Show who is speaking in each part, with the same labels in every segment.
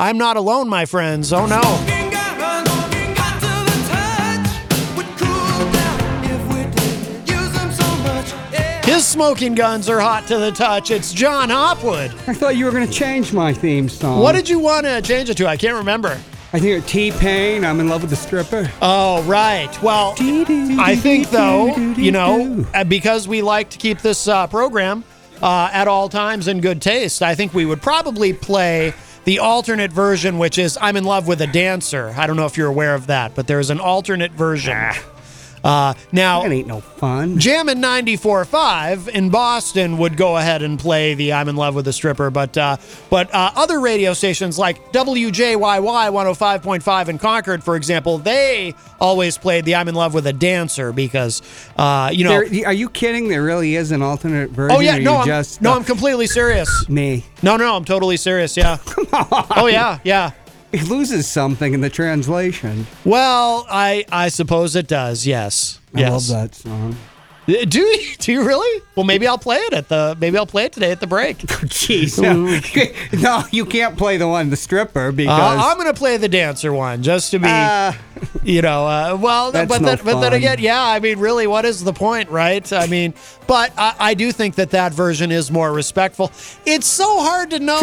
Speaker 1: I'm not alone, my friends. Oh no. His smoking guns are hot to the touch. It's John Hopwood.
Speaker 2: I thought you were going to change my theme song.
Speaker 1: What did you want to change it to? I can't remember.
Speaker 2: I think it's T Pain. I'm in love with the stripper.
Speaker 1: Oh, right. Well, I think, though, you know, uh, because we like to keep this uh, program uh, at all times in good taste, I think we would probably play the alternate version, which is I'm in love with a dancer. I don't know if you're aware of that, but there is an alternate version. Uh, now,
Speaker 2: That ain't no fun.
Speaker 1: Jam in 94.5 in Boston would go ahead and play the I'm in Love with a Stripper, but uh, but uh, other radio stations like WJYY 105.5 in Concord, for example, they always played the I'm in Love with a Dancer because, uh, you know.
Speaker 2: There- are you kidding? There really is an alternate version.
Speaker 1: oh, yeah,
Speaker 2: or
Speaker 1: no,
Speaker 2: you
Speaker 1: I'm,
Speaker 2: just
Speaker 1: no,
Speaker 2: uh,
Speaker 1: I'm completely serious.
Speaker 2: me.
Speaker 1: No, no, I'm totally serious, yeah. Oh, yeah, yeah.
Speaker 2: It loses something in the translation.
Speaker 1: Well, I I suppose it does, yes.
Speaker 2: I
Speaker 1: Yes.
Speaker 2: love that song.
Speaker 1: Uh, Do you, do you really? Well, maybe I'll play it at the, maybe I'll play it today at the break.
Speaker 2: Jeez, no, no, you can't play the one the stripper because
Speaker 1: Uh, I'm going to play the dancer one just to be,
Speaker 2: Uh,
Speaker 1: you know, uh, well,
Speaker 2: That's
Speaker 1: but,
Speaker 2: no
Speaker 1: then, but then
Speaker 2: fun.
Speaker 1: again, yeah, I mean, really, what is the point, right? I mean, but I, I do think that that version is more respectful. It's so hard to know.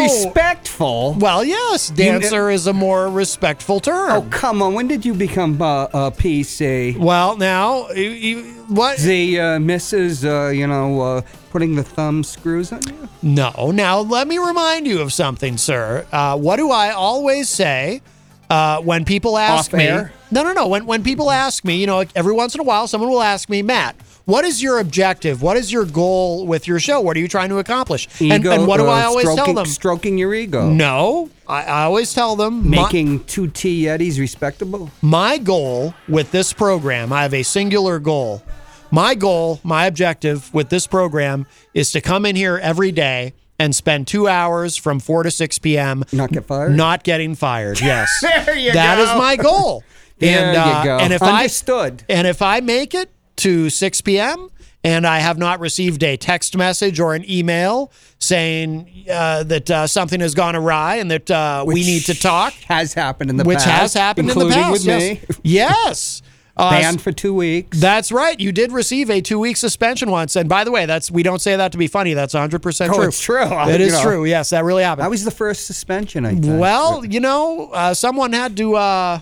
Speaker 2: respectful.
Speaker 1: Well, yes,
Speaker 2: kn-
Speaker 1: dancer is a more respectful
Speaker 2: Oh
Speaker 1: term.
Speaker 2: come on! When did you become uh, a PC?
Speaker 1: Well, now, you, you, what?
Speaker 2: The uh, Mrs. Uh, you know, uh, putting the thumb screws on you.
Speaker 1: No. Now, let me remind you of something, sir. Uh, what do I always say uh, when people ask
Speaker 2: Off
Speaker 1: me?
Speaker 2: air?
Speaker 1: No, no, no. When, when people ask me, you know, like every once in a while, someone will ask me, Matt, what is your objective? What is your goal with your show? What are you trying to accomplish? And-
Speaker 2: Ego,
Speaker 1: and, what do
Speaker 2: uh,
Speaker 1: I always
Speaker 2: stroking,
Speaker 1: tell them?
Speaker 2: Stroking your ego.
Speaker 1: no, I, I always tell them my-
Speaker 2: Making two T Yetis respectable?
Speaker 1: my goal with this program, I have a singular goal. My goal, my objective with this program is to come in here every day and spend two hours from 4 to 6 p.m.
Speaker 2: Not get fired?
Speaker 1: Not getting fired, yes.
Speaker 2: There you
Speaker 1: That
Speaker 2: go.
Speaker 1: is my goal.
Speaker 2: There
Speaker 1: and,
Speaker 2: you
Speaker 1: uh,
Speaker 2: go.
Speaker 1: And if
Speaker 2: Understood.
Speaker 1: I and if I make it to 6 p.m. and I have not received a text message or an email saying uh, that uh, something has gone awry and that uh, we
Speaker 2: Which
Speaker 1: need to talk,
Speaker 2: Has happened in the
Speaker 1: which
Speaker 2: past.
Speaker 1: has happened in the
Speaker 2: including
Speaker 1: past. yes.
Speaker 2: with me.
Speaker 1: Yes. Uh,
Speaker 2: Banned for two weeks.
Speaker 1: that's right. You did receive a two-week suspension once, and by the way, that's we don't say that to be funny. That's 100 percent
Speaker 2: Oh,
Speaker 1: true.
Speaker 2: it's true. I-
Speaker 1: It
Speaker 2: you
Speaker 1: is
Speaker 2: know.
Speaker 1: true. Yes, that really happened.
Speaker 2: that was the first suspension, I think.
Speaker 1: well, you know, uh, someone had to. Uh,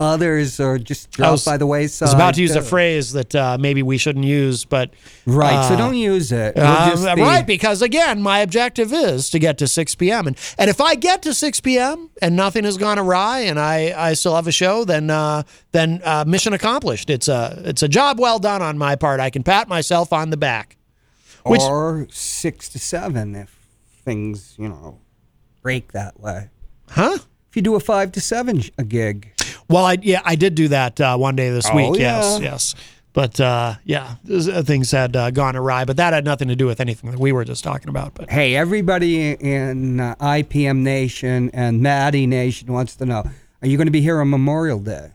Speaker 2: Others are just
Speaker 1: I
Speaker 2: dropped
Speaker 1: was-
Speaker 2: by the wayside.
Speaker 1: I was about to use a
Speaker 2: too.
Speaker 1: phrase that uh, maybe we shouldn't use, but
Speaker 2: Right, so
Speaker 1: uh,
Speaker 2: don't use it. It'll
Speaker 1: um,
Speaker 2: just be-
Speaker 1: right, because again, my objective is to get to 6 p.m. and and if I get to 6 p.m. and nothing has gone awry, and I, I still have a show, then uh, then uh, mission accomplished. It's a it's a job well done on my part. I can pat myself on the back. which-
Speaker 2: or six to seven if things, you know, break that way.
Speaker 1: Huh?
Speaker 2: If you do a five to seven sh- a gig.
Speaker 1: Well, I yeah, I did do that uh, one day this
Speaker 2: Oh,
Speaker 1: week.
Speaker 2: yeah.
Speaker 1: Yes, yes. But uh, yeah, th- th- things had uh, gone awry, but that had nothing to do with anything that we were just talking about. But
Speaker 2: Hey, everybody in uh, IPM Nation and Maddie Nation wants to know: Are you going to be here on Memorial Day?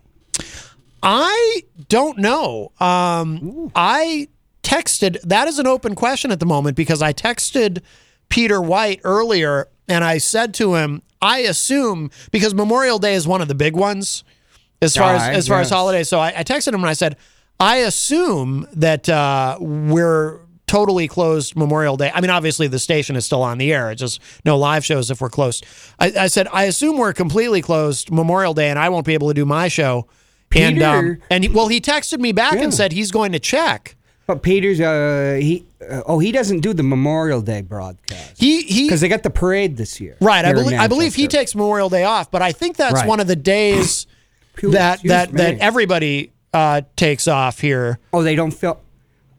Speaker 1: I don't know. Um, I texted. That is an open question at the moment because I texted Peter White earlier and I said to him, I assume because Memorial Day is one of the big ones as far as
Speaker 2: Right,
Speaker 1: as far as
Speaker 2: yes.
Speaker 1: holidays. So I, I texted him and I said, I assume that uh, we're totally closed Memorial Day. I mean, obviously the station is still on the air. It's just no live shows if we're closed. I, I said, I assume we're completely closed Memorial Day, and I won't be able to do my show. And um,
Speaker 2: Peter.
Speaker 1: and he, well, he texted me back
Speaker 2: Yeah.
Speaker 1: and said he's going to check.
Speaker 2: But Peter's uh he uh, oh he doesn't do the Memorial Day broadcast
Speaker 1: He he
Speaker 2: because they got the parade this year.
Speaker 1: Right. I
Speaker 2: here in
Speaker 1: believe I believe he
Speaker 2: Manchester.
Speaker 1: takes Memorial Day off, but I think that's
Speaker 2: Right.
Speaker 1: one of the days
Speaker 2: Phew,
Speaker 1: that
Speaker 2: excuse
Speaker 1: that that
Speaker 2: me.
Speaker 1: everybody uh, takes off here.
Speaker 2: oh they don't film.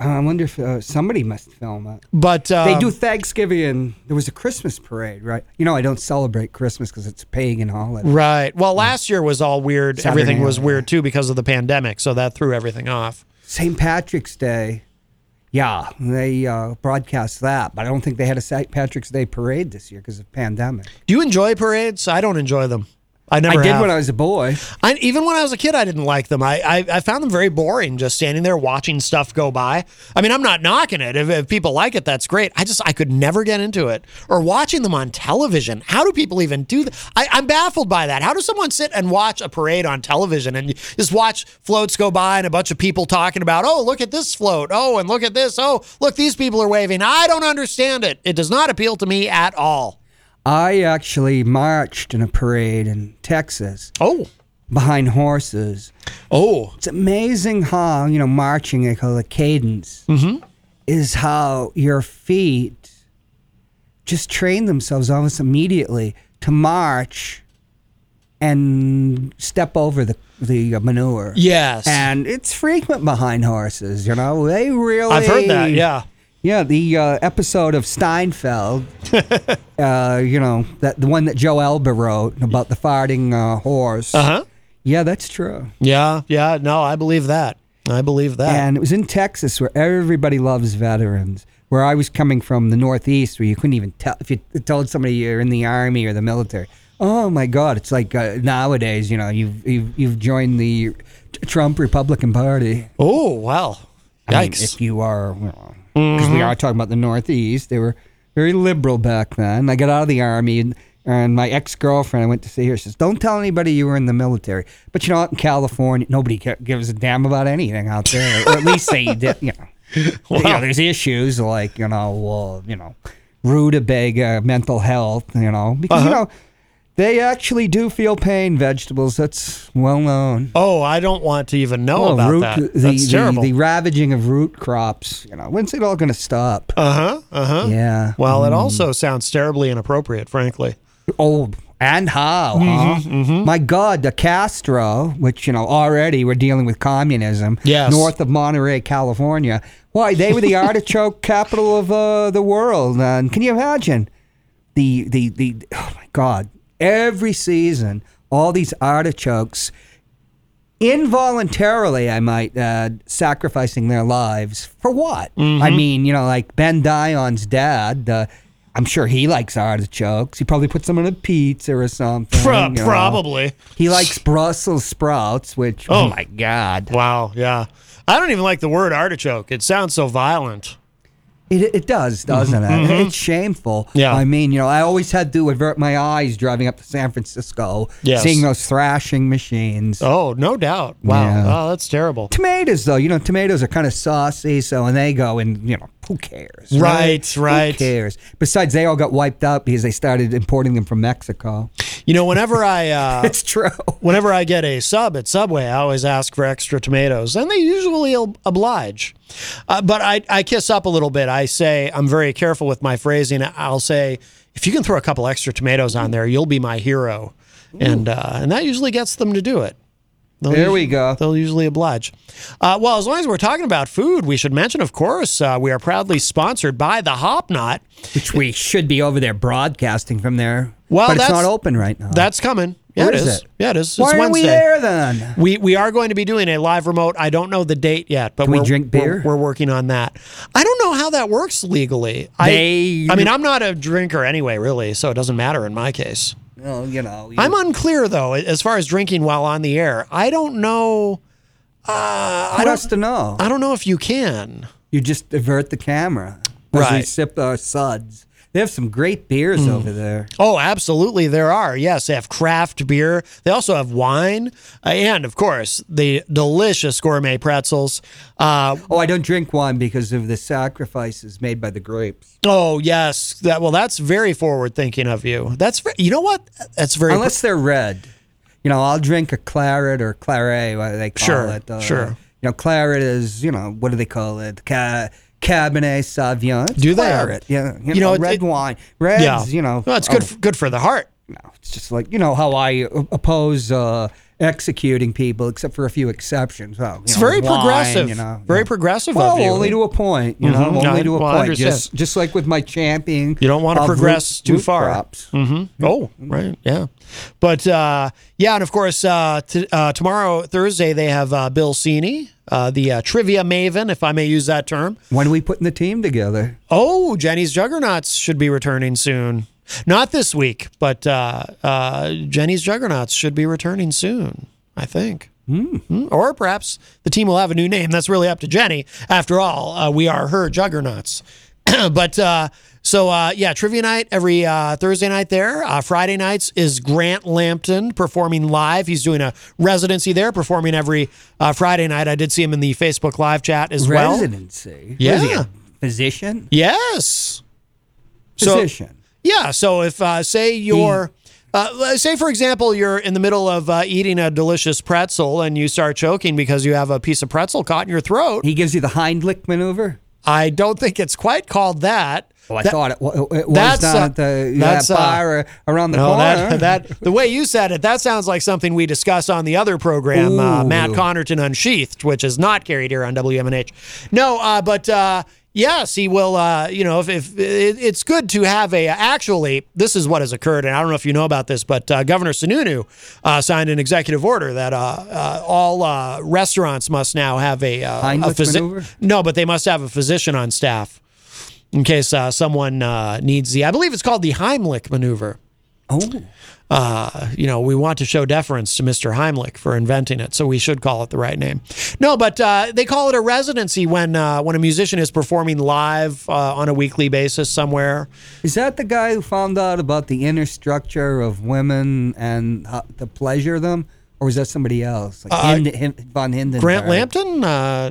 Speaker 2: I wonder if uh, somebody must film it.
Speaker 1: But um,
Speaker 2: They do Thanksgiving. and There was a Christmas parade, right? You know, I don't celebrate Christmas because it's a pagan holiday.
Speaker 1: Right. Well, last year was all weird.
Speaker 2: Saturday
Speaker 1: everything
Speaker 2: night,
Speaker 1: was
Speaker 2: yeah.
Speaker 1: weird too because of the pandemic, so that threw everything off.
Speaker 2: St. Patrick's Day. Yeah, they uh, broadcast that, but I don't think they had a St. Patrick's Day parade this year because of pandemic.
Speaker 1: Do you enjoy parades? I don't enjoy them. I never
Speaker 2: I did
Speaker 1: have.
Speaker 2: when I was a boy.
Speaker 1: I, even when I was a kid, I didn't like them. I, I, I found them very boring, just standing there watching stuff go by. I mean, I'm not knocking it. If, if people like it, that's great. I just I could never get into it. Or watching them on television. How do people even do that? I, I'm baffled by that. How does someone sit and watch a parade on television and just watch floats go by and a bunch of people talking about, oh, look at this float. Oh, and look at this. Oh, look, these people are waving. I don't understand it. It does not appeal to me at all.
Speaker 2: I actually marched in a parade in Texas
Speaker 1: Oh,
Speaker 2: behind horses.
Speaker 1: oh,
Speaker 2: It's amazing how, you know, marching, they call it cadence, mm-hmm. is how your feet just train themselves almost immediately to march and step over the, the manure.
Speaker 1: yes.
Speaker 2: And it's frequent behind horses, you know. They really.
Speaker 1: I've heard that. Yeah.
Speaker 2: Yeah, the uh, episode of Steinfeld, uh, you know, that the one that Joe Elba wrote about the farting uh, horse.
Speaker 1: Uh huh.
Speaker 2: Yeah, that's true.
Speaker 1: Yeah, yeah, no, I believe that. I believe that.
Speaker 2: And it was in Texas where everybody loves veterans. Where I was coming from, the Northeast, where you couldn't even tell if you told somebody you're in the army or the military. Oh my God! It's like uh, nowadays, you know, you've you've you've joined the Trump Republican Party.
Speaker 1: oh, wow. Yikes.
Speaker 2: I mean, if you are, because we are talking about the Northeast, they were very liberal back then. I got out of the army, and, and my ex girlfriend I went to see her says, "Don't tell anybody you were in the military." But you know, out in California, nobody ca- gives a damn about anything out there. or at least they did. You know, You know, there's issues like you know, well, you know, rutabaga, mental health. You know, because you know. They actually do feel pain. Vegetables, that's well known.
Speaker 1: oh, I don't want to even know
Speaker 2: Oh,
Speaker 1: about
Speaker 2: root,
Speaker 1: that.
Speaker 2: The,
Speaker 1: That's
Speaker 2: the,
Speaker 1: terrible.
Speaker 2: the ravaging of root crops. You know, when's it all going to stop?
Speaker 1: uh huh. Uh huh.
Speaker 2: yeah.
Speaker 1: Well, it also sounds terribly inappropriate, frankly.
Speaker 2: Oh, and how? huh?
Speaker 1: Mm-hmm,
Speaker 2: My God, the Castro, which you know already we're dealing with communism.
Speaker 1: Yes.
Speaker 2: North of Monterey, California. Why they were the artichoke capital of uh, the world, and can you imagine the the the? Oh my God! Every season, all these artichokes. Involuntarily, I might add, sacrificing their lives for what?
Speaker 1: Mm-hmm.
Speaker 2: I mean, you know, like Ben Dion's dad. Uh, I'm sure he likes artichokes. He probably puts them in a pizza or something.
Speaker 1: Pro-
Speaker 2: you know.
Speaker 1: probably.
Speaker 2: He likes Brussels sprouts, which oh, my god,
Speaker 1: Wow. Yeah. I don't even like the word artichoke. It sounds so violent.
Speaker 2: it, it does, doesn't it? It's shameful.
Speaker 1: Mm-hmm. Yeah.
Speaker 2: I mean, you know, I always had to avert my eyes driving up to San Francisco,
Speaker 1: Yes.
Speaker 2: seeing those thrashing machines.
Speaker 1: Oh, no doubt. Wow.
Speaker 2: Yeah.
Speaker 1: Oh, that's terrible.
Speaker 2: Tomatoes, though, you know, tomatoes are kind of saucy, so when they go and you know, who cares?
Speaker 1: Right, right.
Speaker 2: Who cares? Besides, they all got wiped out because they started importing them from Mexico.
Speaker 1: You know, whenever I uh,
Speaker 2: It's true.
Speaker 1: whenever I get a sub at Subway, I always ask for extra tomatoes, and they usually ob- oblige. Uh, but I, I kiss up a little bit. I say, I'm very careful with my phrasing. I'll say, if you can throw a couple extra tomatoes on there, you'll be my hero. And, uh, and that usually gets them to do it. They'll
Speaker 2: There we
Speaker 1: usu-
Speaker 2: go.
Speaker 1: They'll usually oblige. Uh, well, as long as we're talking about food, we should mention, of course, uh, we are proudly sponsored by the Hop Knot.
Speaker 2: Which we should be over there broadcasting from there.
Speaker 1: Well,
Speaker 2: but it's
Speaker 1: that's-
Speaker 2: not open right now.
Speaker 1: That's coming. Yeah,
Speaker 2: What
Speaker 1: it
Speaker 2: is
Speaker 1: is.
Speaker 2: it?
Speaker 1: Yeah, it is. It's
Speaker 2: why aren't we
Speaker 1: Wednesday.
Speaker 2: there then?
Speaker 1: We we are going to be doing a live remote. I don't know the date yet, but
Speaker 2: Can we
Speaker 1: we're-
Speaker 2: drink
Speaker 1: we're-
Speaker 2: beer?
Speaker 1: We're, working on that. I don't know how that works legally.
Speaker 2: They-
Speaker 1: I I mean, I'm not a drinker anyway, really, so it doesn't matter in my case.
Speaker 2: Well, you know,
Speaker 1: I'm unclear though as far as drinking while on the air. I don't know. Uh, I
Speaker 2: I
Speaker 1: don't.
Speaker 2: to know.
Speaker 1: I don't know if you can.
Speaker 2: You just divert the camera as we
Speaker 1: Right.
Speaker 2: sip our suds. They have some great beers over there.
Speaker 1: Oh, absolutely, there are. Yes, they have craft beer. They also have wine, uh, and of course, the delicious gourmet pretzels. Uh,
Speaker 2: Oh, I don't drink wine because of the sacrifices made by the grapes.
Speaker 1: oh, yes, that well, that's very forward thinking of you. That's ve- you know what? That's very
Speaker 2: Unless they're red. You know, I'll drink a claret or claret, what they call
Speaker 1: Sure,
Speaker 2: it. uh,
Speaker 1: sure.
Speaker 2: You know, claret is, you know, what do they call it? Ca- Cabernet Sauvignon. It's
Speaker 1: Do they?
Speaker 2: claret. Yeah. You,
Speaker 1: You know,
Speaker 2: know,
Speaker 1: it-
Speaker 2: red
Speaker 1: it-
Speaker 2: wine. Reds,
Speaker 1: yeah.
Speaker 2: you know.
Speaker 1: well, it's good
Speaker 2: oh,
Speaker 1: f- good for the heart.
Speaker 2: no, it's just like, you know, how I o- oppose uh, executing people, except for a few exceptions. Well, you
Speaker 1: It's
Speaker 2: know,
Speaker 1: very
Speaker 2: wine,
Speaker 1: progressive.
Speaker 2: You know,
Speaker 1: very
Speaker 2: yeah.
Speaker 1: progressive
Speaker 2: Well,
Speaker 1: of you.
Speaker 2: only to a point, you
Speaker 1: Mhm.
Speaker 2: know,
Speaker 1: No,
Speaker 2: only to a
Speaker 1: well, I
Speaker 2: point.
Speaker 1: understand.
Speaker 2: Just, just like with my championing.
Speaker 1: You don't wanna
Speaker 2: of root-
Speaker 1: progress too
Speaker 2: root
Speaker 1: far.
Speaker 2: crops.
Speaker 1: Oh, right. Yeah. But uh, yeah, and of course, uh, t- uh, tomorrow, Thursday, they have uh, Bill Cini, uh, the uh, trivia maven, if I may use that term.
Speaker 2: When are we putting the team together?
Speaker 1: Oh, Jenny's Juggernauts should be returning soon. Not this week, but uh, uh, Jenny's Juggernauts should be returning soon, I think. Mm. Or perhaps the team will have a new name. That's really up to Jenny. After all, uh, we are her Juggernauts. but uh, so, uh, yeah, trivia night every uh, Thursday night there. Uh, Friday nights is Grant Lampton performing live. He's doing a residency there, performing every uh, Friday night. I did see him in the Facebook live chat as well.
Speaker 2: Residency. What is he, a
Speaker 1: Yeah.
Speaker 2: physician?
Speaker 1: Yes. So-
Speaker 2: Physician.
Speaker 1: Yeah. So if uh, say you're uh, say for example you're in the middle of uh, eating a delicious pretzel and you start choking because you have a piece of pretzel caught in your throat.
Speaker 2: he gives you the Heimlich maneuver?
Speaker 1: I don't think it's quite called that.
Speaker 2: Well, Oh, I
Speaker 1: That-
Speaker 2: thought it, wa- it was
Speaker 1: that's,
Speaker 2: down
Speaker 1: uh,
Speaker 2: at the,
Speaker 1: that's,
Speaker 2: that bar uh, around the
Speaker 1: No,
Speaker 2: corner.
Speaker 1: that, that the way you said it, that sounds like something we discussed on the other program, uh,
Speaker 2: Ooh.
Speaker 1: Matt Connerton Unsheathed, which is not carried here on WMNH. No, uh, but uh, yes, he will. Uh, you know, if, if it, it's good to have a actually, this is what has occurred, and I don't know if you know about this, but uh, Governor Sununu uh, signed an executive order that uh, uh, all uh, restaurants must now have a uh, a
Speaker 2: Heimlich
Speaker 1: physician.
Speaker 2: maneuver?
Speaker 1: No, but they must have a physician on staff. In case uh, someone uh, needs the, I believe it's called the Heimlich maneuver
Speaker 2: oh,
Speaker 1: you know, we want to show deference to Mr. Heimlich for inventing it, so we should call it the right name. No, but uh, they call it a residency when uh, when a musician is performing live uh, on a weekly basis somewhere.
Speaker 2: is that the guy who found out about the inner structure of women and how to pleasure them? Or was that somebody else? Like Hind- Hin- von Hindenburg?
Speaker 1: Uh, Grant Lampton? Uh,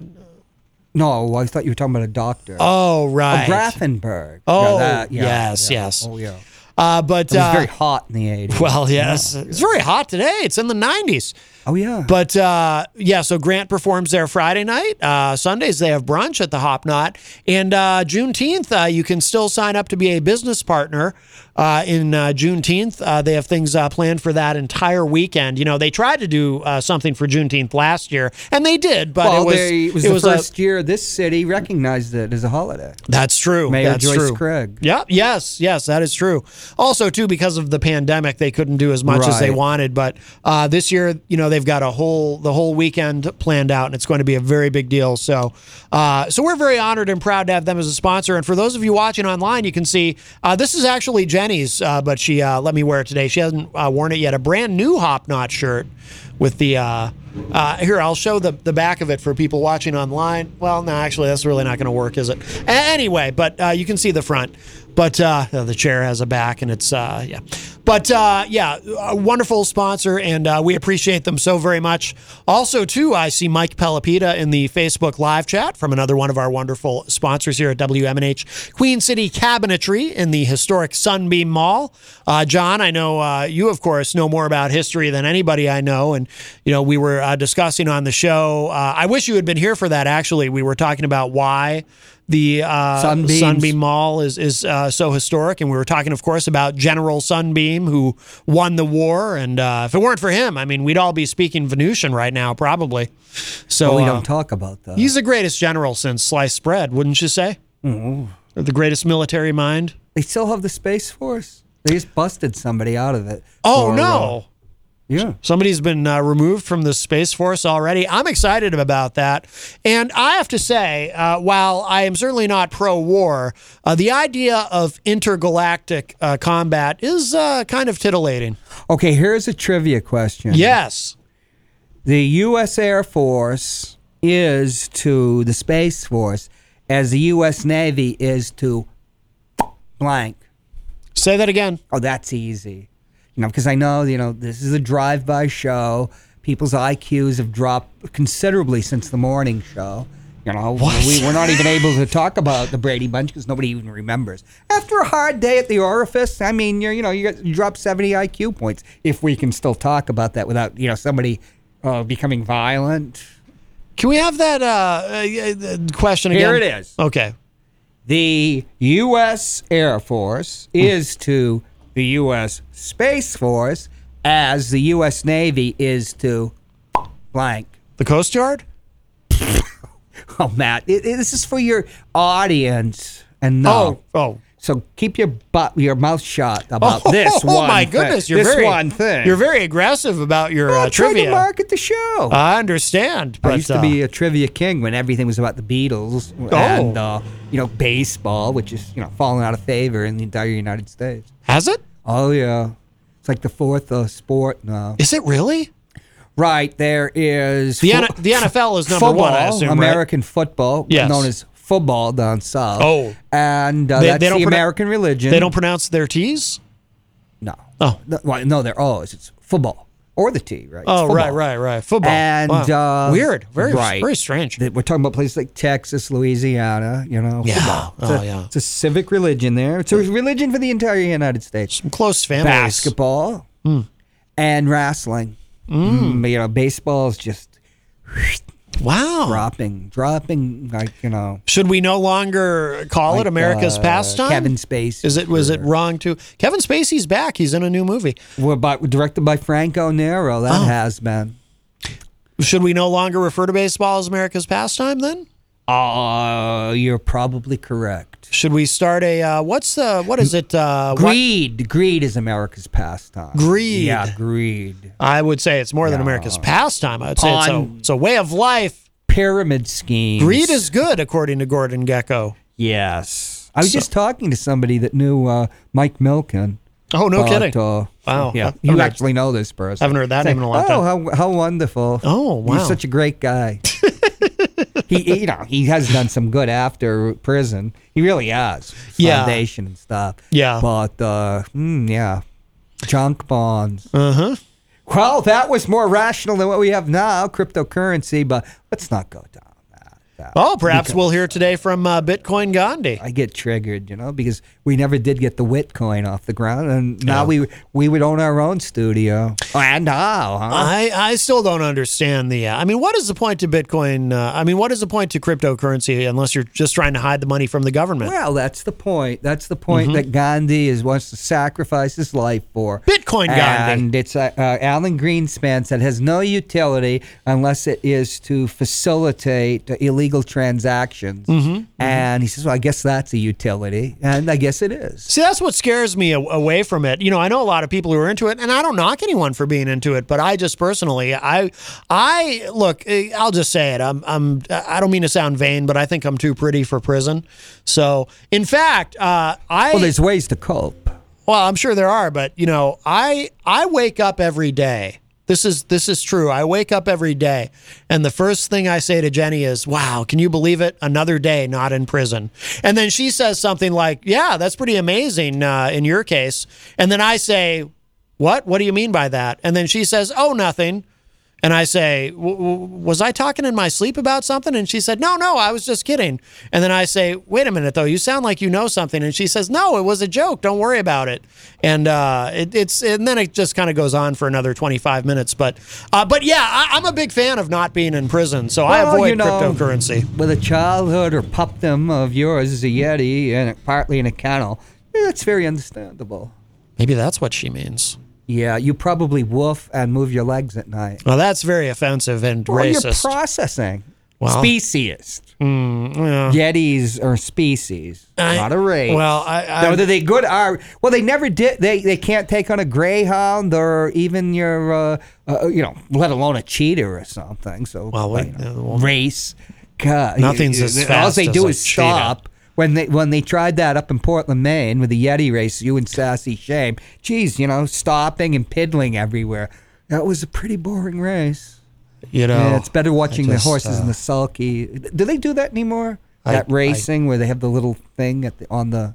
Speaker 2: No, I thought you were talking about a doctor.
Speaker 1: oh,
Speaker 2: Oh,
Speaker 1: right.
Speaker 2: Grafenberg.
Speaker 1: Oh,
Speaker 2: Yeah, that- yeah,
Speaker 1: yes,
Speaker 2: yeah.
Speaker 1: yes.
Speaker 2: Oh, yeah. It
Speaker 1: Uh, but
Speaker 2: was
Speaker 1: uh,
Speaker 2: very hot in the 80s.
Speaker 1: well, yes, it's very hot today. It's in the nineties.
Speaker 2: oh, yeah.
Speaker 1: But uh, yeah, so Grant performs there Friday night. Uh, Sundays they have brunch at the Hop Knot, and uh, Juneteenth uh, you can still sign up to be a business partner. Uh, in uh, Juneteenth, uh, they have things uh, planned for that entire weekend. You know, they tried to do uh, something for Juneteenth last year, and they did, but
Speaker 2: well,
Speaker 1: it was
Speaker 2: they- it was
Speaker 1: it
Speaker 2: the
Speaker 1: was a-
Speaker 2: first year this city recognized it as a holiday.
Speaker 1: that's true.
Speaker 2: Mayor
Speaker 1: that's
Speaker 2: Joyce
Speaker 1: true.
Speaker 2: Craig.
Speaker 1: Yep. Yes. Yes. That is true. Also, too, because of the pandemic, they couldn't do as much as they
Speaker 2: Right.
Speaker 1: wanted. But uh, this year, you know, they've got a whole the whole weekend planned out, and it's going to be a very big deal. So, uh, so we're very honored and proud to have them as a sponsor. And for those of you watching online, you can see uh, this is actually Jenny's, uh, but she uh, let me wear it today. She hasn't uh, worn it yet. A brand new Hop Knot shirt with the. Uh, uh, here, I'll show the, the back of it for people watching online. Well, no, actually, that's really not going to work, is it? A- anyway, but uh, you can see the front. But uh, uh, the chair has a back, and it's uh, yeah. But uh, yeah, a wonderful sponsor, and uh, we appreciate them so very much. Also, too, I see Mike Pelopita in the Facebook live chat from another one of our wonderful sponsors here at WMNH Queen City Cabinetry in the historic Sunbeam Mall. Uh, John, I know uh, you, of course, know more about history than anybody I know, and you know we were uh, discussing on the show. Uh, I wish you had been here for that. Actually, we were talking about why the uh,
Speaker 2: Sunbeams.
Speaker 1: Sunbeam Mall is is uh, so historic, and we were talking, of course, about General Sunbeam who won the war. And uh, if it weren't for him, I mean, we'd all be speaking Venusian right now, probably. So
Speaker 2: But we
Speaker 1: uh,
Speaker 2: don't talk about that.
Speaker 1: he's the greatest general since sliced bread, wouldn't you say? The greatest military mind.
Speaker 2: They still have the Space Force. They just busted somebody out of it.
Speaker 1: Oh
Speaker 2: for,
Speaker 1: no.
Speaker 2: uh, yeah.
Speaker 1: Somebody's been uh, removed from the Space Force already. I'm excited about that. And I have to say, uh, while I am certainly not pro war, uh, the idea of intergalactic uh, combat is uh, kind of titillating.
Speaker 2: Okay, here's a trivia question.
Speaker 1: Yes.
Speaker 2: The U.S. Air Force is to the Space Force as the U.S. Navy is to blank.
Speaker 1: Say that again.
Speaker 2: Oh, that's easy. You know, because I know, you know, this is a drive by show. People's IQs have dropped considerably since the morning show. You know, We, we're not even able to talk about the Brady Bunch because nobody even remembers. After a hard day at the orifice, I mean, you're, you know, you, got, you drop 70 IQ points if we can still talk about that without, you know, somebody uh, becoming violent.
Speaker 1: Can we have that uh, uh, uh, question again?
Speaker 2: Here it is.
Speaker 1: Okay.
Speaker 2: the U.S. Air Force is to the U.S. Space Force as the U.S. Navy is to blank.
Speaker 1: The Coast Guard?
Speaker 2: Oh, Matt, it, it- this is for your audience and no.
Speaker 1: Oh, oh.
Speaker 2: So keep your butt, your mouth shut about Uh, this
Speaker 1: Oh,
Speaker 2: one.
Speaker 1: my
Speaker 2: thing.
Speaker 1: goodness. You're
Speaker 2: this
Speaker 1: very,
Speaker 2: one thing.
Speaker 1: You're very aggressive about your
Speaker 2: I'm
Speaker 1: uh,
Speaker 2: trying to
Speaker 1: trivia.
Speaker 2: market the show.
Speaker 1: I understand. But,
Speaker 2: I used to
Speaker 1: uh, Oh.
Speaker 2: be a trivia king when everything was about the Beatles and uh, you know baseball, which is you know falling out of favor in the entire United States.
Speaker 1: uh, Has it?
Speaker 2: Oh yeah, it's like the fourth uh, sport now.
Speaker 1: Is it really?
Speaker 2: Right there is
Speaker 1: The
Speaker 2: fo-
Speaker 1: N- the NFL is number
Speaker 2: football,
Speaker 1: one, I assume, right?
Speaker 2: American football,
Speaker 1: Yes.
Speaker 2: known as football down south.
Speaker 1: Oh.
Speaker 2: and uh,
Speaker 1: They-
Speaker 2: that's
Speaker 1: they don't
Speaker 2: the
Speaker 1: pronoun-
Speaker 2: American religion.
Speaker 1: They don't pronounce their T's?
Speaker 2: no.
Speaker 1: Oh.
Speaker 2: no, well, no, they're O's. It's football or the T, right? It's
Speaker 1: Oh, right,
Speaker 2: football.
Speaker 1: right, right. Football.
Speaker 2: And
Speaker 1: Wow.
Speaker 2: uh,
Speaker 1: Weird. Very,
Speaker 2: right.
Speaker 1: very strange.
Speaker 2: That We're talking about places like Texas, Louisiana. You know,
Speaker 1: Yeah.
Speaker 2: football. It's
Speaker 1: Oh,
Speaker 2: a,
Speaker 1: yeah.
Speaker 2: It's a civic religion there. It's a religion for the entire United States.
Speaker 1: Some close families.
Speaker 2: basketball
Speaker 1: Hmm.
Speaker 2: and wrestling. Mm, you know, baseball's just
Speaker 1: Wow.
Speaker 2: dropping, dropping. Like you know,
Speaker 1: Should we no longer call
Speaker 2: like,
Speaker 1: it America's
Speaker 2: uh,
Speaker 1: pastime?
Speaker 2: Kevin Spacey.
Speaker 1: Is it was it wrong to Kevin Spacey's back? He's in a new movie.
Speaker 2: We're by, directed by Franco Nero. That has been.
Speaker 1: Should we no longer refer to baseball as America's pastime then?
Speaker 2: Uh, you're probably correct.
Speaker 1: Should we start a uh, what's the what is it uh what-
Speaker 2: Greed, greed is America's pastime.
Speaker 1: Greed.
Speaker 2: yeah, greed.
Speaker 1: I would say it's more than America's pastime. I would say it's a,
Speaker 2: Pawn.
Speaker 1: it's a way of life.
Speaker 2: Pyramid schemes.
Speaker 1: Greed is good according to Gordon Gecko.
Speaker 2: yes. I was just talking to somebody that knew uh, Mike Milken.
Speaker 1: Oh, no
Speaker 2: But,
Speaker 1: kidding.
Speaker 2: uh,
Speaker 1: Wow.
Speaker 2: Yeah,
Speaker 1: I've
Speaker 2: you
Speaker 1: heard-
Speaker 2: actually know this person.
Speaker 1: haven't heard that
Speaker 2: Say,
Speaker 1: name in a long
Speaker 2: oh,
Speaker 1: time."
Speaker 2: how how wonderful!
Speaker 1: Oh, wow.
Speaker 2: he's such a great guy. he, he- you know, he has done some good after prison. He really has.
Speaker 1: Yeah.
Speaker 2: foundation and stuff.
Speaker 1: Yeah.
Speaker 2: but uh, mm, yeah, junk bonds. Uh huh.
Speaker 1: Uh-huh.
Speaker 2: Well, that was more rational than what we have now, cryptocurrency. But let's not go down that. that.
Speaker 1: Oh, perhaps we'll hear today from uh, Bitcoin Gandhi.
Speaker 2: I get triggered, you know, because we never did get the Witcoin off the ground, and now we we would own our own studio. Oh, and how, huh?
Speaker 1: I, I still don't understand the. Uh, I mean, what is the point to Bitcoin? Uh, I mean, what is the point to cryptocurrency unless you're just trying to hide the money from the government?
Speaker 2: Well, that's the point. That's the point
Speaker 1: Mm-hmm.
Speaker 2: that Gandhi is wants to sacrifice his life for.
Speaker 1: Bitcoin Gandhi.
Speaker 2: And it's uh, uh, Alan Greenspan said has no utility unless it is to facilitate illegal transactions.
Speaker 1: Mm-hmm.
Speaker 2: And he says, well, I guess that's a utility, and I guess it is.
Speaker 1: See, that's what scares me a- away from it. You know, I know a lot of people who are into it, and I don't knock anyone for being into it, but I just personally, I, I look, eh, I'll just say it. I'm, I'm, I don't mean to sound vain, but I think I'm too pretty for prison. So, in fact, uh, I.
Speaker 2: Well, there's ways to cope.
Speaker 1: Well, I'm sure there are, but you know, I I wake up every day. This is this is true. I wake up every day, and the first thing I say to Jenny is, "Wow, can you believe it? Another day not in prison." And then she says something like, "Yeah, that's pretty amazing uh, in your case." And then I say, "What? What do you mean by that?" And then she says, "Oh, nothing." And I say, w- w- Was I talking in my sleep about something? And she said, No, no, I was just kidding. And then I say, Wait a minute, though, you sound like you know something. And she says, No, it was a joke. Don't worry about it. And uh, it, it's and then it just kind of goes on for another 25 minutes. But uh, but yeah, I, I'm a big fan of not being in prison. So I
Speaker 2: Well,
Speaker 1: avoid
Speaker 2: you know-
Speaker 1: cryptocurrency.
Speaker 2: with a childhood or puppdom of yours is a yeti and partly in a kennel, eh, that's very understandable.
Speaker 1: Maybe that's what she means.
Speaker 2: Yeah, you probably woof and move your legs at night.
Speaker 1: Well, that's very offensive and
Speaker 2: Or you're
Speaker 1: racist.
Speaker 2: processing.
Speaker 1: Well- Mm,
Speaker 2: Speciest. Yetis are species,
Speaker 1: I-
Speaker 2: not a race.
Speaker 1: well, I- I-
Speaker 2: Now, whether they good are well, they never did. They they can't take on a greyhound or even your uh, uh, you know, let alone a cheater or something. So
Speaker 1: Well, wait,
Speaker 2: you know,
Speaker 1: uh, well-
Speaker 2: race, God,
Speaker 1: Nothing's as
Speaker 2: all
Speaker 1: fast
Speaker 2: they do
Speaker 1: as a
Speaker 2: is
Speaker 1: cheetah.
Speaker 2: stop. When they when they tried that up in Portland, Maine, with the Yeti race, you and Sassy Shame, geez, you know, stopping and piddling everywhere. That was a pretty boring race.
Speaker 1: you know,
Speaker 2: Yeah, it's better watching
Speaker 1: just,
Speaker 2: the horses
Speaker 1: uh,
Speaker 2: and the sulky. Do they do that anymore?
Speaker 1: I-
Speaker 2: that
Speaker 1: I-
Speaker 2: racing where they have the little thing at the on the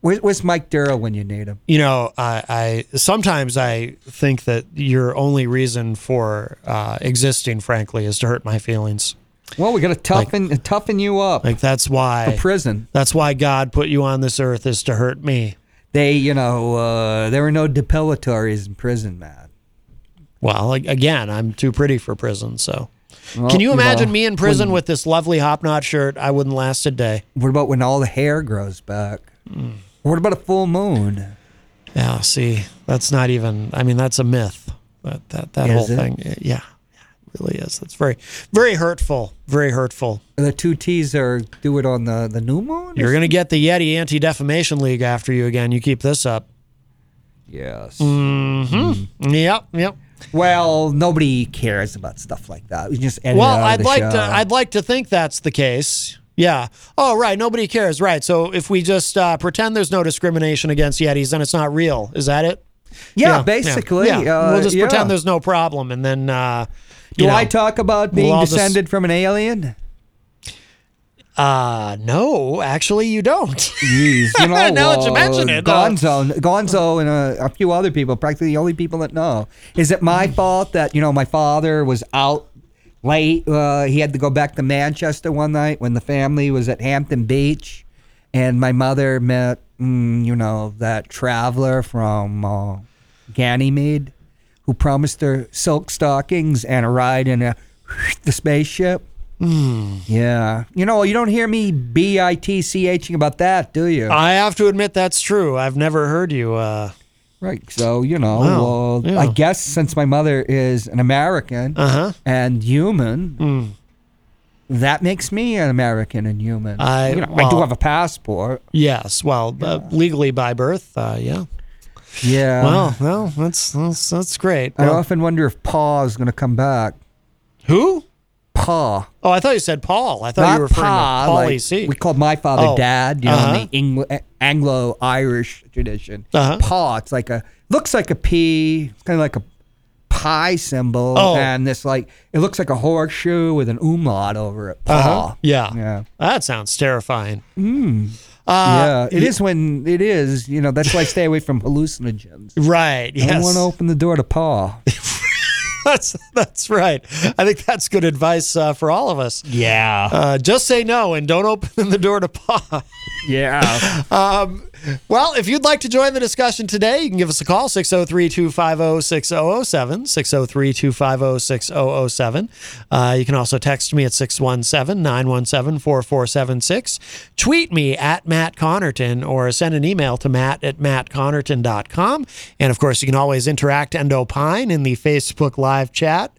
Speaker 2: Where, where's Mike Darrell when you need him?
Speaker 1: you know, I, I sometimes I think that your only reason for uh, existing, frankly, is to hurt my feelings.
Speaker 2: Well, we got to toughen toughen you up
Speaker 1: Like that's
Speaker 2: for
Speaker 1: why
Speaker 2: prison.
Speaker 1: that's why God put you on this earth is to hurt me.
Speaker 2: They, you know, uh, there were no depilatories in prison, man.
Speaker 1: Well, a- again, I'm too pretty for prison. So, can you
Speaker 2: you
Speaker 1: imagine
Speaker 2: know,
Speaker 1: me in prison with this lovely hopknot shirt? I wouldn't last a day.
Speaker 2: What about when all the hair grows back?
Speaker 1: Hmm.
Speaker 2: What about a full moon?
Speaker 1: Yeah, see, that's not even. I mean, that's a myth. That that that
Speaker 2: Is
Speaker 1: whole
Speaker 2: it?
Speaker 1: thing. Yeah, yeah, it really is. That's very, very hurtful. Very hurtful.
Speaker 2: The two T's are do it on the, the new moon?
Speaker 1: You're going to get the Yeti Anti Defamation League after you again. You keep this up.
Speaker 2: yes.
Speaker 1: Hmm. Yep, yep.
Speaker 2: Well, nobody cares about stuff like that. We just edit it out
Speaker 1: Well,
Speaker 2: of
Speaker 1: I'd
Speaker 2: the
Speaker 1: like to.
Speaker 2: show.
Speaker 1: I'd like to think that's the case. Yeah. Oh, right. Nobody cares. Right. So if we just uh, pretend there's no discrimination against Yetis, then it's not real. Is that it?
Speaker 2: yeah, basically.
Speaker 1: Yeah.
Speaker 2: Uh,
Speaker 1: we'll just
Speaker 2: yeah.
Speaker 1: pretend there's no problem, and then. Uh,
Speaker 2: Do
Speaker 1: you know,
Speaker 2: I talk about being
Speaker 1: all just-
Speaker 2: descended from an alien?
Speaker 1: Uh, no, actually, you don't.
Speaker 2: Jeez, you know,
Speaker 1: Now that you
Speaker 2: uh,
Speaker 1: mention it, uh,
Speaker 2: Gonzo, Gonzo, and a, a few other people, practically the only people that know. Is it my fault that you know my father was out late? Uh, he had to go back to Manchester one night when the family was at Hampton Beach, and my mother met mm, you know that traveler from uh, Ganymede who promised her silk stockings and a ride in a the spaceship.
Speaker 1: Hmm.
Speaker 2: Yeah. You know, you don't hear me B I T C H ing about that, do you?
Speaker 1: I have to admit that's true. I've never heard you. Uh,
Speaker 2: right. So, you know,
Speaker 1: Wow.
Speaker 2: well, I
Speaker 1: Yeah.
Speaker 2: guess since my mother is an American
Speaker 1: Uh-huh. Hmm.
Speaker 2: and human, that makes me an American and human.
Speaker 1: I-
Speaker 2: you know, I do
Speaker 1: well-
Speaker 2: have a passport.
Speaker 1: yes. Well, uh, legally by birth. Uh, yeah.
Speaker 2: Yeah.
Speaker 1: Well, well, that's that's, that's great.
Speaker 2: I
Speaker 1: Well,
Speaker 2: often wonder if Pa is going to come back.
Speaker 1: who?
Speaker 2: Pa.
Speaker 1: Oh, I thought you said Paul. I thought you were
Speaker 2: Not
Speaker 1: referring
Speaker 2: Pa.
Speaker 1: to Paul
Speaker 2: like,
Speaker 1: E.C.
Speaker 2: we called my father
Speaker 1: Oh.
Speaker 2: Dad, you know,
Speaker 1: Uh-huh.
Speaker 2: in the Engl- Anglo Irish tradition.
Speaker 1: Uh-huh.
Speaker 2: Paw. It's like a looks like a P. It's kind of like a pie symbol,
Speaker 1: Oh.
Speaker 2: and this like it looks like a horseshoe with an umlaut over it.
Speaker 1: Uh-huh.
Speaker 2: Paw.
Speaker 1: Yeah.
Speaker 2: Yeah. Hmm.
Speaker 1: That sounds terrifying. Uh,
Speaker 2: yeah. It is when it is. You know, that's why I stay away from hallucinogens.
Speaker 1: Right.
Speaker 2: I don't
Speaker 1: Yes.
Speaker 2: want to open the door to Paw.
Speaker 1: that's that's right. I think that's good advice uh, for all of us.
Speaker 2: Yeah.
Speaker 1: Uh, just say no and don't open the door to Pa.
Speaker 2: yeah.
Speaker 1: Well, if you'd like to join the discussion today, you can give us a call 603 250 6007. 603 250 6007. Uh, You can also text me at 617 917 4476. Tweet me at Matt Connerton or send an email to matt at mattconnerton.com. And of course, you can always interact and opine in the Facebook live chat.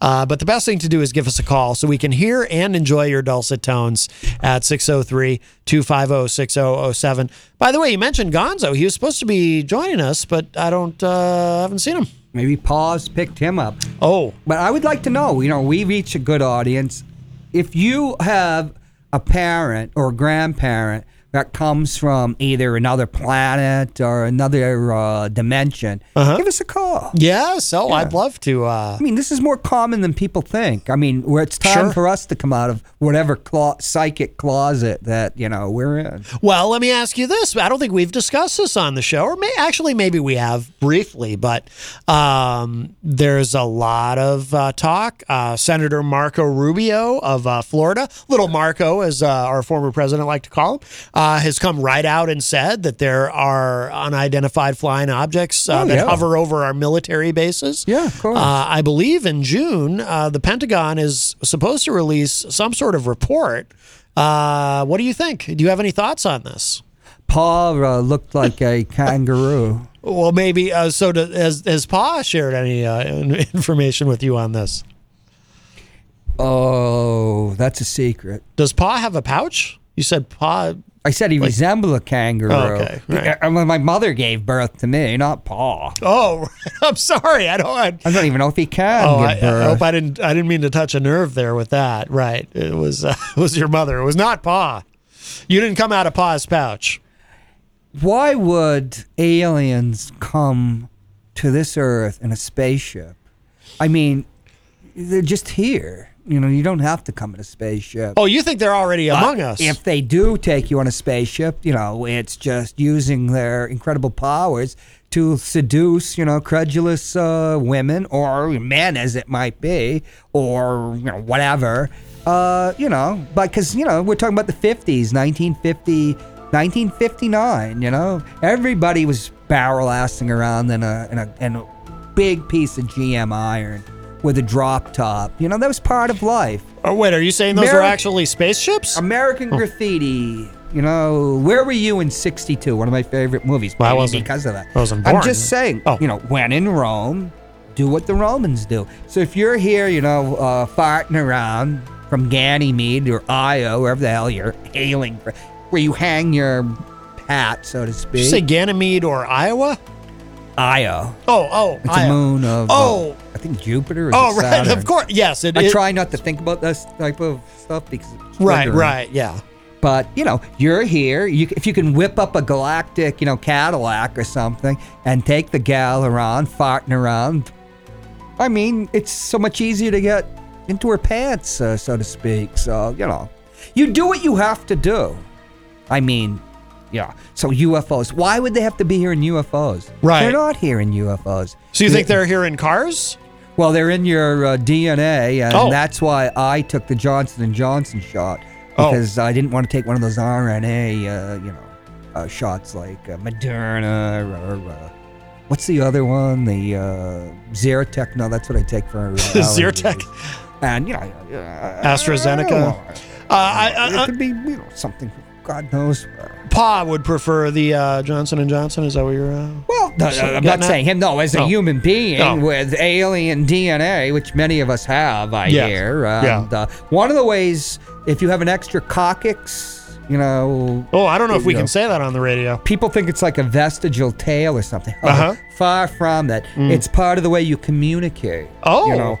Speaker 1: Uh, but the best thing to do is give us a call so we can hear and enjoy your dulcet tones at 603 250 6007. By the way, you mentioned Gonzo. He was supposed to be joining us, but I don't, uh, haven't seen him.
Speaker 2: Maybe Paw's picked him up.
Speaker 1: Oh,
Speaker 2: But I would like to know, you know, we reach a good audience. If you have a parent or grandparent that comes from either another planet or another uh, dimension, give us a call.
Speaker 1: yeah. So I'd love to. Uh,
Speaker 2: I mean, this is more common than people think. I mean, where it's time
Speaker 1: Sure.
Speaker 2: for us to come out of whatever clo- psychic closet that, you know, we're in.
Speaker 1: well, let me ask you this. I don't think we've discussed this on the show, or may, actually, maybe we have briefly, but um, there's a lot of uh, talk. Uh, Senator Marco Rubio of uh, Florida, little Marco, as uh, our former president liked to call him, uh, has come right out and said that there are unidentified flying objects uh,
Speaker 2: Oh,
Speaker 1: that
Speaker 2: yeah.
Speaker 1: hover over our military bases.
Speaker 2: Yeah, of course.
Speaker 1: Uh, I believe in June, uh, the Pentagon is supposed to release some sort of report. Uh, what do you think? Do you have any thoughts on this?
Speaker 2: Paul uh, looked like a kangaroo.
Speaker 1: Well, maybe. Uh, so, do, has, has Pa shared any uh, in- information with you on this?
Speaker 2: Oh, that's a secret.
Speaker 1: Does Pa have a pouch? You said Pa.
Speaker 2: I said he resembled a kangaroo.
Speaker 1: Oh, okay, right.
Speaker 2: Uh, When my mother gave birth to me, not Paul.
Speaker 1: Oh, I'm sorry. I don't. I,
Speaker 2: I don't even know if he can
Speaker 1: oh, I,
Speaker 2: give birth.
Speaker 1: I hope I didn't. I didn't mean to touch a nerve there with that. Right. It was. Uh, it was your mother. It was not Pa. You didn't come out of Pa's pouch.
Speaker 2: Why would aliens come to this Earth in a spaceship? I mean, they're just here. You know, you don't have to come in a spaceship.
Speaker 1: Oh, you think they're already among us?
Speaker 2: If they do take you on a spaceship, you know, it's just using their incredible powers to seduce, you know, credulous uh, women or men, as it might be, or you know, whatever. Uh, you know, but because you know, we're talking about the '50s, 1950, 1959. You know, everybody was barrel assing around in a in a, in a big piece of GM iron with a drop top. You know, that was part of life.
Speaker 1: oh, wait, are you saying those are
Speaker 2: America-
Speaker 1: actually spaceships?
Speaker 2: American Graffiti. You know, where were you in '62? One of my favorite movies.
Speaker 1: Well, I
Speaker 2: maybe
Speaker 1: wasn't-
Speaker 2: because of that.
Speaker 1: I wasn't
Speaker 2: I'm
Speaker 1: born.
Speaker 2: just saying.
Speaker 1: Oh.
Speaker 2: You know, when in Rome, do what the Romans do. So if you're here, you know, uh, farting around from Ganymede or Io, wherever the hell you're hailing, from, where you hang your hat, so to
Speaker 1: Did
Speaker 2: speak.
Speaker 1: you say Ganymede or Iowa?
Speaker 2: Io.
Speaker 1: Oh, oh,
Speaker 2: It's
Speaker 1: Iowa.
Speaker 2: a moon of. uh,
Speaker 1: Oh.
Speaker 2: I think Jupiter. Or is
Speaker 1: Oh,
Speaker 2: it
Speaker 1: right,
Speaker 2: Saturn?
Speaker 1: of course. Yes, it
Speaker 2: I
Speaker 1: is.
Speaker 2: try not to think about this type of stuff because. it's
Speaker 1: Right,
Speaker 2: triggering.
Speaker 1: right, yeah.
Speaker 2: But you know, you're here. You, if you can whip up a galactic, you know, Cadillac or something, and take the gal around, farting around. I mean, it's so much easier to get into her pants, uh, so to speak. So you know, you do what you have to do. I mean, yeah. So UFOs. Why would they have to be here in UFOs?
Speaker 1: Right.
Speaker 2: They're not here in UFOs.
Speaker 1: So you think
Speaker 2: They-
Speaker 1: they're here in cars?
Speaker 2: well, they're in your uh, DNA, and
Speaker 1: Oh.
Speaker 2: that's why I took the Johnson and Johnson shot
Speaker 1: Oh.
Speaker 2: because I didn't want to take one of those RNA, uh, you know, uh, shots like uh, Moderna or uh, what's the other one? The uh, Zyrtec. No, that's what I take for uh,
Speaker 1: Zyrtec?
Speaker 2: allergies. And you know, uh,
Speaker 1: AstraZeneca?
Speaker 2: Oh.
Speaker 1: Uh, I, I,
Speaker 2: it could be you know something. God knows.
Speaker 1: Pa would prefer the uh, Johnson and Johnson. Is that what you're? Uh...
Speaker 2: Well, no,
Speaker 1: So
Speaker 2: I'm
Speaker 1: getting
Speaker 2: not
Speaker 1: that-
Speaker 2: saying him. No, as a
Speaker 1: No.
Speaker 2: human being
Speaker 1: No.
Speaker 2: with alien DNA, which many of us have, I
Speaker 1: Yes.
Speaker 2: hear.
Speaker 1: Yeah.
Speaker 2: And, uh, one of the ways, if you have an extra coccyx, you know,
Speaker 1: Oh, I don't know if
Speaker 2: There
Speaker 1: we
Speaker 2: you
Speaker 1: can
Speaker 2: go.
Speaker 1: say that on the radio.
Speaker 2: people think it's like a vestigial tail or something. Oh,
Speaker 1: Uh-huh. Mm.
Speaker 2: Far from that. It's part of the way you communicate.
Speaker 1: Oh.
Speaker 2: You know,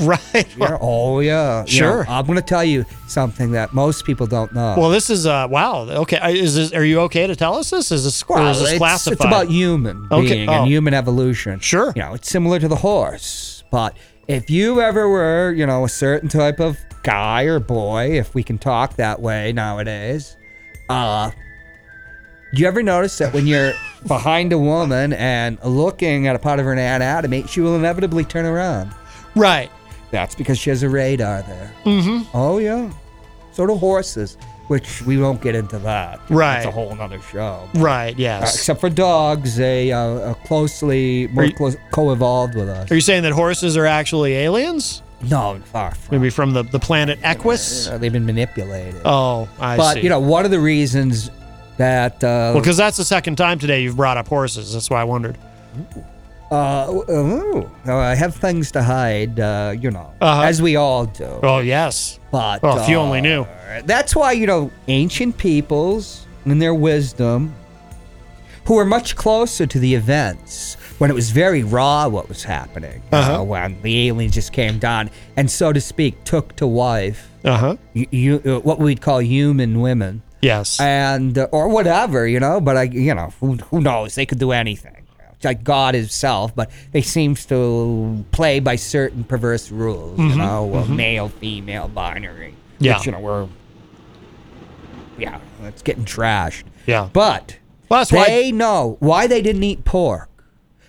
Speaker 1: right.
Speaker 2: yeah, oh, yeah. you know,
Speaker 1: Sure.
Speaker 2: I'm going to tell you something that most people don't know.
Speaker 1: Well, this is uh wow. Okay, I- is this, are you okay to tell us this? Is this, or is
Speaker 2: Well,
Speaker 1: this
Speaker 2: it's,
Speaker 1: classified?
Speaker 2: it's about human
Speaker 1: Okay,
Speaker 2: being
Speaker 1: oh.
Speaker 2: and human evolution.
Speaker 1: Sure.
Speaker 2: You know, it's similar to the horse. But if you ever were, you know, a certain type of guy or boy, if we can talk that way nowadays, uh, you ever notice that when you're behind a woman and looking at a part of her anatomy, she will inevitably turn around.
Speaker 1: right.
Speaker 2: That's because she has a radar there. Mm-hmm. Oh yeah. So do horses, which we won't get into that.
Speaker 1: Right.
Speaker 2: That's a whole nother show.
Speaker 1: Right.
Speaker 2: Uh,
Speaker 1: Yes.
Speaker 2: except for dogs, they uh, are closely more
Speaker 1: Are you-
Speaker 2: close, co-evolved with us.
Speaker 1: are you saying that horses are actually aliens?
Speaker 2: no, far from.
Speaker 1: Maybe from the, the planet Equus?
Speaker 2: Uh, they've been manipulated.
Speaker 1: Oh, I
Speaker 2: but
Speaker 1: see.
Speaker 2: you know, one of the reasons that uh,
Speaker 1: well, because that's the second time today you've brought up horses. That's why I wondered.
Speaker 2: uh, w- ooh, uh, I have things to hide, uh, you know,
Speaker 1: Uh-huh.
Speaker 2: as we all do.
Speaker 1: Oh yes.
Speaker 2: But
Speaker 1: Oh, if you only knew.
Speaker 2: uh, That's why you know ancient peoples and their wisdom, who were much closer to the events when it was very raw what was happening, you
Speaker 1: Uh-huh.
Speaker 2: know, when the aliens just came down and so to speak took to wife
Speaker 1: Uh huh.
Speaker 2: you, you uh, what we'd call human women
Speaker 1: Yes.
Speaker 2: and uh, or whatever you know but i you know who, who knows they could do anything It's like god himself but they seems to play by certain perverse rules you know uh, male female binary
Speaker 1: Mm-hmm. Yeah.
Speaker 2: which, you know we're yeah it's getting trashed
Speaker 1: Yeah.
Speaker 2: but
Speaker 1: Well, that's why-
Speaker 2: they know why they didn't eat pork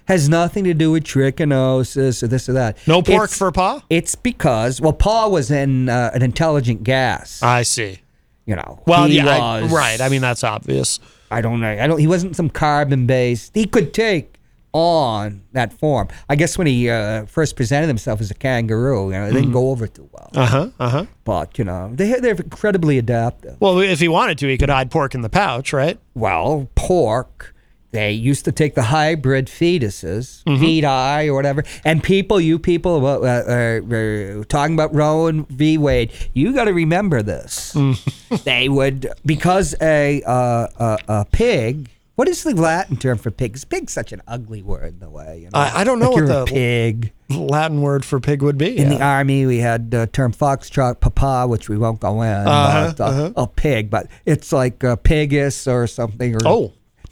Speaker 2: has nothing to do with trichinosis or this or that
Speaker 1: No pork
Speaker 2: It's-
Speaker 1: for Pa?
Speaker 2: it's because well paul was in uh, an intelligent gas
Speaker 1: I see.
Speaker 2: you know
Speaker 1: Ah. Well,
Speaker 2: he
Speaker 1: yeah. I-
Speaker 2: was-
Speaker 1: right. I mean, that's obvious.
Speaker 2: I don't know. I don't. He wasn't some carbon based. He could take on that form. I guess when he uh, first presented himself as a kangaroo, you know, it didn't go over too well.
Speaker 1: Uh huh. Uh huh.
Speaker 2: But you know, they they're incredibly adaptive.
Speaker 1: Well, if he wanted to, he could hide pork in the pouch, right?
Speaker 2: Well, pork. They used to take the hybrid fetuses,
Speaker 1: Mm-hmm.
Speaker 2: feed eye or whatever, and people, you people, uh, uh, uh, talking about Roe and v. Wade, you got to remember this.
Speaker 1: Mm.
Speaker 2: they would because a, uh, a a pig. What is the Latin term for pigs? Pig's such an ugly word in a way. You know?
Speaker 1: I- I don't know
Speaker 2: Like
Speaker 1: what
Speaker 2: you're
Speaker 1: the-
Speaker 2: a pig.
Speaker 1: Latin word for pig would be.
Speaker 2: In
Speaker 1: yeah.
Speaker 2: the army, we had the term foxtrot, papa, which we won't go in.
Speaker 1: Uh-huh,
Speaker 2: but, uh, A pig, but it's like uh, pigus or something. Or
Speaker 1: Oh. Uh,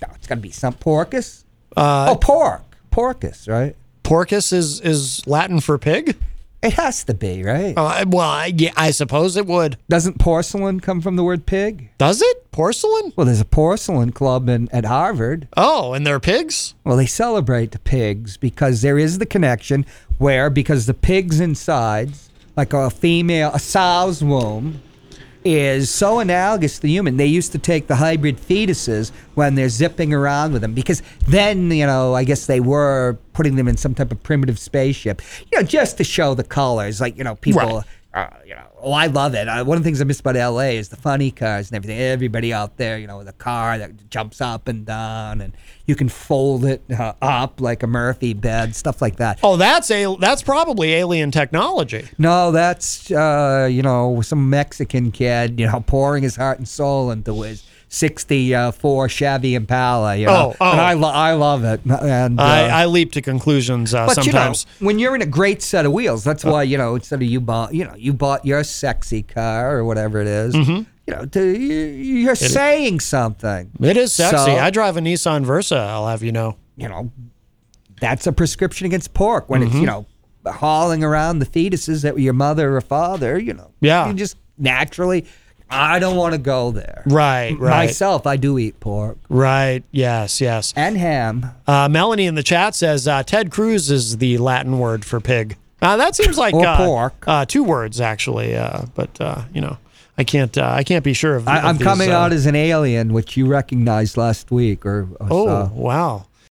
Speaker 2: no, it's got to be some porcus. oh, pork, porcus, right?
Speaker 1: Porcus is is Latin for pig.
Speaker 2: It has to be, right?
Speaker 1: Uh, well, I, yeah, I suppose it would.
Speaker 2: Doesn't porcelain come from the word pig?
Speaker 1: Does it? Porcelain?
Speaker 2: Well, there's a porcelain club in, at Harvard.
Speaker 1: Oh, and they're pigs?
Speaker 2: Well, they celebrate the pigs because there is the connection where, because the pig's insides, like a female, a sow's womb, is so analogous to the human. They used to take the hybrid fetuses when they're zipping around with them because then, you know, I guess they were putting them in some type of primitive spaceship, you know, just to show the colors. Like, you know, people.
Speaker 1: Right.
Speaker 2: Uh, you know, oh, I love it. Uh, one of the things I miss about LA is the funny cars and everything. Everybody out there, you know, with a car that jumps up and down, and you can fold it uh, up like a Murphy bed, stuff like that.
Speaker 1: Oh, that's a that's probably alien technology.
Speaker 2: No, that's uh, you know some Mexican kid, you know, pouring his heart and soul into his '64 Chevy Impala. You know,
Speaker 1: Oh, oh.
Speaker 2: and I, lo- I love it. And, uh,
Speaker 1: I, I leap to conclusions uh,
Speaker 2: but
Speaker 1: sometimes. Uh,
Speaker 2: you know, when you're in a great set of wheels, that's why you know instead of you bought, you know, you bought your sexy car or whatever it is,
Speaker 1: Mm-hmm.
Speaker 2: You know, to, you- you're saying something.
Speaker 1: it is sexy.
Speaker 2: So-
Speaker 1: I drive a Nissan Versa. I'll have you know.
Speaker 2: you know, that's a prescription against pork when
Speaker 1: Mm-hmm.
Speaker 2: it's, you know, hauling around the fetuses that were your mother or father, you know.
Speaker 1: Yeah.
Speaker 2: You just naturally, I don't want to go there.
Speaker 1: Right, right,
Speaker 2: Myself, I do eat pork
Speaker 1: right. Yes, yes.
Speaker 2: and ham.
Speaker 1: Uh, Melanie in the chat says uh, Ted Cruz is the Latin word for pig. Uh, that seems like
Speaker 2: Or
Speaker 1: uh,
Speaker 2: pork.
Speaker 1: Uh, two words actually, uh, but uh, you know, I can't. Uh, I can't be sure of.
Speaker 2: I,
Speaker 1: of
Speaker 2: I'm
Speaker 1: these,
Speaker 2: coming
Speaker 1: uh,
Speaker 2: out as an alien, which you recognized last week or, or
Speaker 1: Oh
Speaker 2: saw.
Speaker 1: wow.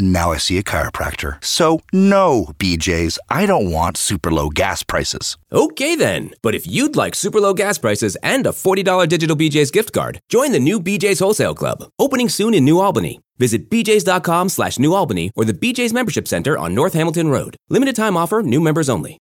Speaker 3: Now I see a chiropractor. So, no, BJ's, I don't want super low gas prices.
Speaker 4: Okay then, but if you'd like super low gas prices and a $40 digital BJ's gift card, join the new BJ's Wholesale Club, opening soon in New Albany. Visit bjs.com slash New Albany or the BJ's Membership Center on North Hamilton Road. Limited time offer, new members only.